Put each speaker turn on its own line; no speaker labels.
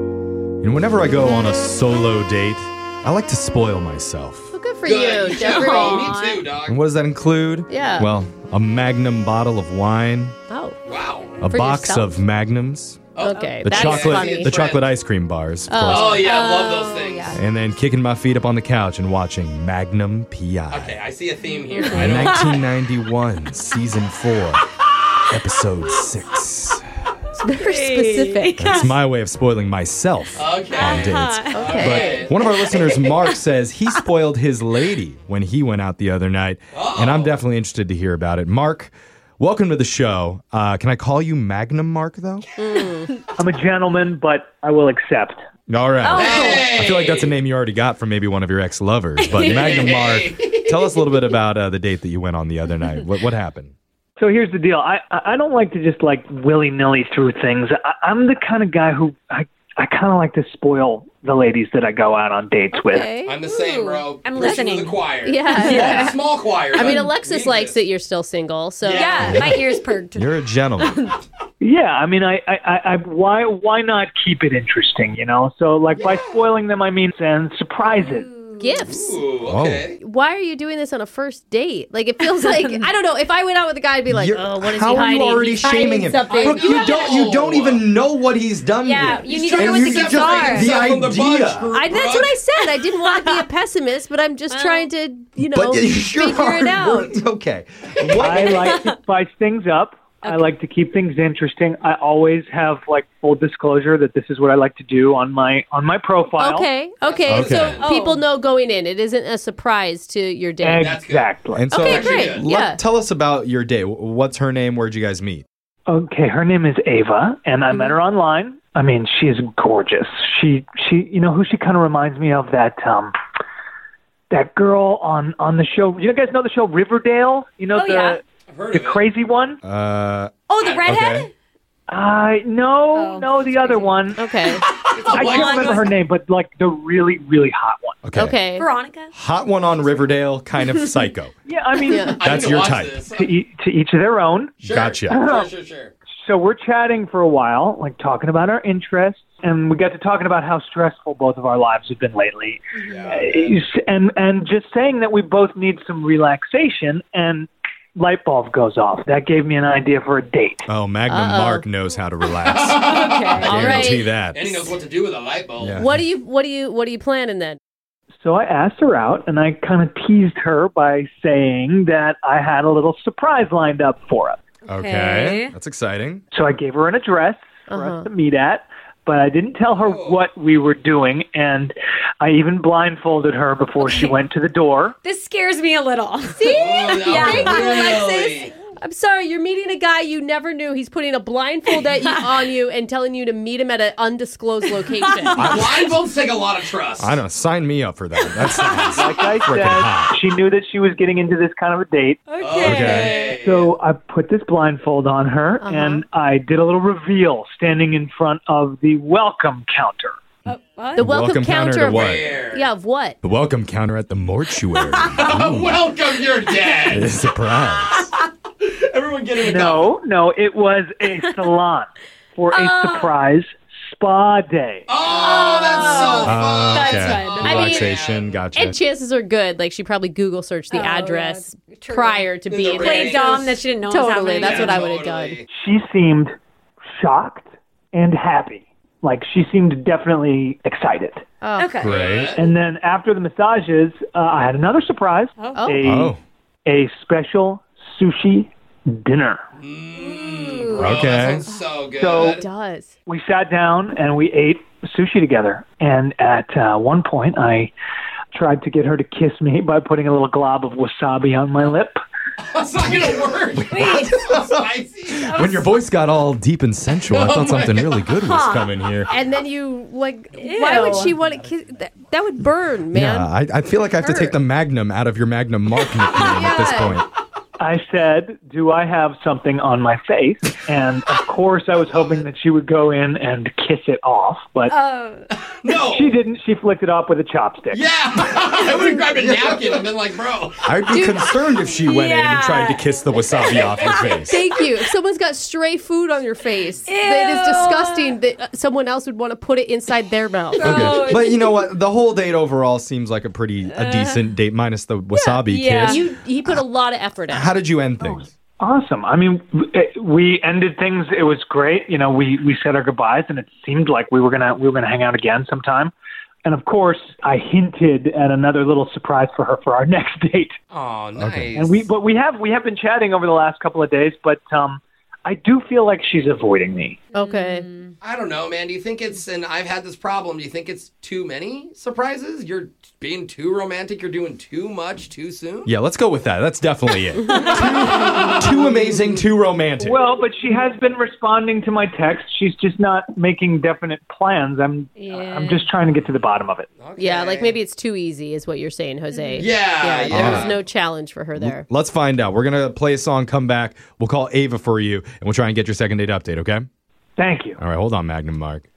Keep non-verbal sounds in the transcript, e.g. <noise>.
And whenever I go on a solo date, I like to spoil myself.
Well, good for
Good. <laughs>
you, Jeffrey.
Aw. Me too,
And
dog.
what does that include?
Yeah.
Well, a magnum bottle of wine,
Oh,
Wow.
a
For
box of
yourself?
magnums,
okay.
the
That's
chocolate
funny.
the chocolate ice cream bars, of course,
Oh yeah, I love those things.
yeah.
and then kicking my feet up on the couch and watching Magnum PI.
Okay, I see a theme
<laughs>
here. I don't.
1991, season 4, episode 6.
Very specific.
<laughs>
That's my way of spoiling myself on
Okay.
dates.
Okay.
But one of our listeners, Mark,
<laughs>
says he spoiled his lady when he went out the other night, and I'm definitely interested to hear about it. Mark, welcome to the show. Uh, can I call you Magnum Mark
<laughs>
though?
I'm a gentleman, but I will accept.
All right.
Oh.
Hey!
I feel like that's a name you already got from maybe one of your ex-lovers,
<laughs>
but Magnum Mark, tell us a little bit about uh, the date that you went on the other night. What what happened?
So here's the deal. I I I don't like to just like willy nilly through things. I, I'm the kind of guy who I I kind of like to spoil the ladies that I go out on dates with.
I'm the same, bro.
I'm
Preaching to
listening.
The choir.
Yeah.
<laughs> yeah. Small choir.
I mean, Alexis likes that you're still single, so
Yeah.
Yeah, my ears perked.
You're a
<laughs>
gentleman.
Yeah, I mean, I, I, I, I why why not keep it interesting? You know, so like by spoiling them, I mean and surprise it.
gifts.
Ooh, okay.
Why are you doing this on a first date? Like it feels
<laughs>
like I don't know. If I went out with a guy, I'd be like,
You're-
"Oh, what is
how
he
are
hiding?
you already
He's hiding
shaming him?
something."
Brooke, you don't you don't even know what he's done
Yeah,
yet.
you need to go
And
with
you
the
just-
guitar.
the
From the bunch
idea.
group,
I, that's
bro.
what I said. I didn't want to
<laughs>
be a pessimist, but I'm just trying to, you
<laughs>
know,
But you sure
figure
are.
it out.
<laughs>
Okay. What?
I like to spice things up. I like to keep things interesting. I always have like full disclosure that this is what I like to do on my on my profile.
Okay, okay.
Okay.
So
Oh.
people know going in. It isn't a surprise to your date.
That's good.
Exactly.
And so,
Okay,
actually
great.
good.
let-
Yeah.
tell us about your day. Wh- What's her name? Where'd you guys meet?
Okay, her name is Ava, and I met her online. I mean, she is gorgeous. She she you know who she kind of reminds me of that um that girl on on the show. You guys know the show Riverdale? You know
Oh,
the
yeah.
I've heard
the
of it.
crazy one?
Uh,
Oh, the redhead?
okay.
Uh no,
Oh,
no, the other one.
Okay,
I can't remember her name, but like the really really hot one.
Okay. <laughs>
okay.
Veronica?
Hot one on Riverdale, kind of psycho.
Yeah, <laughs> I mean
Yeah.
I need
That's
to
your
watch
type.
this.
to, e- to each their own.
Sure.
Gotcha. <laughs>
Sure, sure, sure. <laughs>
So we're chatting for a while, like talking about our interests, and we got to talking about how stressful both of our lives have been lately,
Yeah.
Uh, and and just saying that we both need some relaxation. And light bulb goes off. That gave me an idea for a date.
Oh, Magnum
Uh-oh.
Mark knows how to
<laughs>
relax.
All
Guarantee
right.
that.
And he knows what to do with a light bulb.
Yeah.
What do you what do you what are you planning then?
So I asked her out, and I kind of teased her by saying that I had a little surprise lined up for us.
Okay. That's exciting.
So I gave her an address for
Uh-huh.
us to meet at, but I didn't tell her what we were doing, and I even blindfolded her before she went to the door.
This scares me a little. <laughs>
<laughs>
Oh, no,
Yeah. Thank you,
really.
I'm sorry, you're meeting a guy you never knew. He's putting a blindfold at you on you and telling you to meet him at an undisclosed
<laughs>
location.
Blindfolds take a lot of trust.
I don't sign me up for that. That sounds
Like I
freaking hot.
said, she knew that she was getting into this kind of a date.
Okay.
So I put this blindfold on her and I did a little reveal standing in front of the welcome counter.
Oh, what?
The welcome,
Welcome counter
counter,
to
of
what?
Fair.
Yeah, of what?
The welcome counter at the mortuary. Ooh,
<laughs> Welcome,
<laughs>
your dad.
it's a surprise.
Everyone get in the
No, no, it was a salon for a surprise spa day.
Oh, that's so fun.
Uh, okay.
fun.
I mean-
Relaxation. gotcha.
And chances are good, like she probably Google searched the
Oh,
address
yeah. True.
prior to
The
being
Played
there.
Played dumb that she didn't know
Totally,
was happening.
that's what I would've
totally.
She seemed shocked and happy. Like she seemed definitely excited.
Okay.
Great.
And then after the massages, uh, I had another surprise.
Oh.
A,
Oh.
a special sushi dinner.
Bro, that
Okay.
sounds so good.
So-
It does.
we sat down and we ate sushi together. And at uh, one point, I tried to get her to kiss me <laughs> by putting a little glob of wasabi on my lip.
that's not gonna work. <laughs> It's so spicy.
When your voice got all deep and sensual, I thought something really good was coming here.
And then you like why would
Ew.
she want to kiss that, that would burn, man.
Uh, Yeah, I, I feel like I have to take the magnum out of your magnum mark nickname at this point.
I said, "Do I have something on my face?" And of course, I was hoping that she would go in and kiss it off, but
No.
she didn't. She flicked it off with a chopstick.
Yeah. <laughs> I would have grabbed a napkin and been like, bro.
I'd be concerned if she went in and tried to kiss the wasabi off your face.
Thank you. If someone's got stray food on your face, that is
Ew.
disgusting that uh, someone else would want to put it inside their mouth.
Oh,
Okay. But you know what? The whole date overall seems like a pretty a decent date minus the wasabi
yeah.
kiss.
You, he put a lot of effort in.
How did you end things?
Awesome. I mean, w- it- we ended things. It was great. You know, we we said our goodbyes, and it seemed like we were gonna we were gonna hang out again sometime. And of course, I hinted at another little surprise for her for our <laughs> next date.
Oh, nice.
And we but we have we have been chatting over the last couple of days, but um, I do feel like she's avoiding me.
Okay.
I don't know, man. Do you think it's, and I've had this problem, do you think it's too many surprises? You're being too romantic? You're doing too much too soon?
Yeah, let's go with that. That's definitely it. too, too amazing, too romantic.
Well, but she has been responding to my text. She's just not making definite plans. I'm I'm just trying to get to the bottom of it.
Yeah, like
Okay.
maybe it's too easy, is what you're saying, Jose.
Yeah,
Yeah, there
yeah.
was no challenge for her there.
Let's find out. We're going to play a song, come back. We'll call Ava for you, and we'll try and get your second date update, okay?
Thank you.
All right, hold on, Magnum Mark.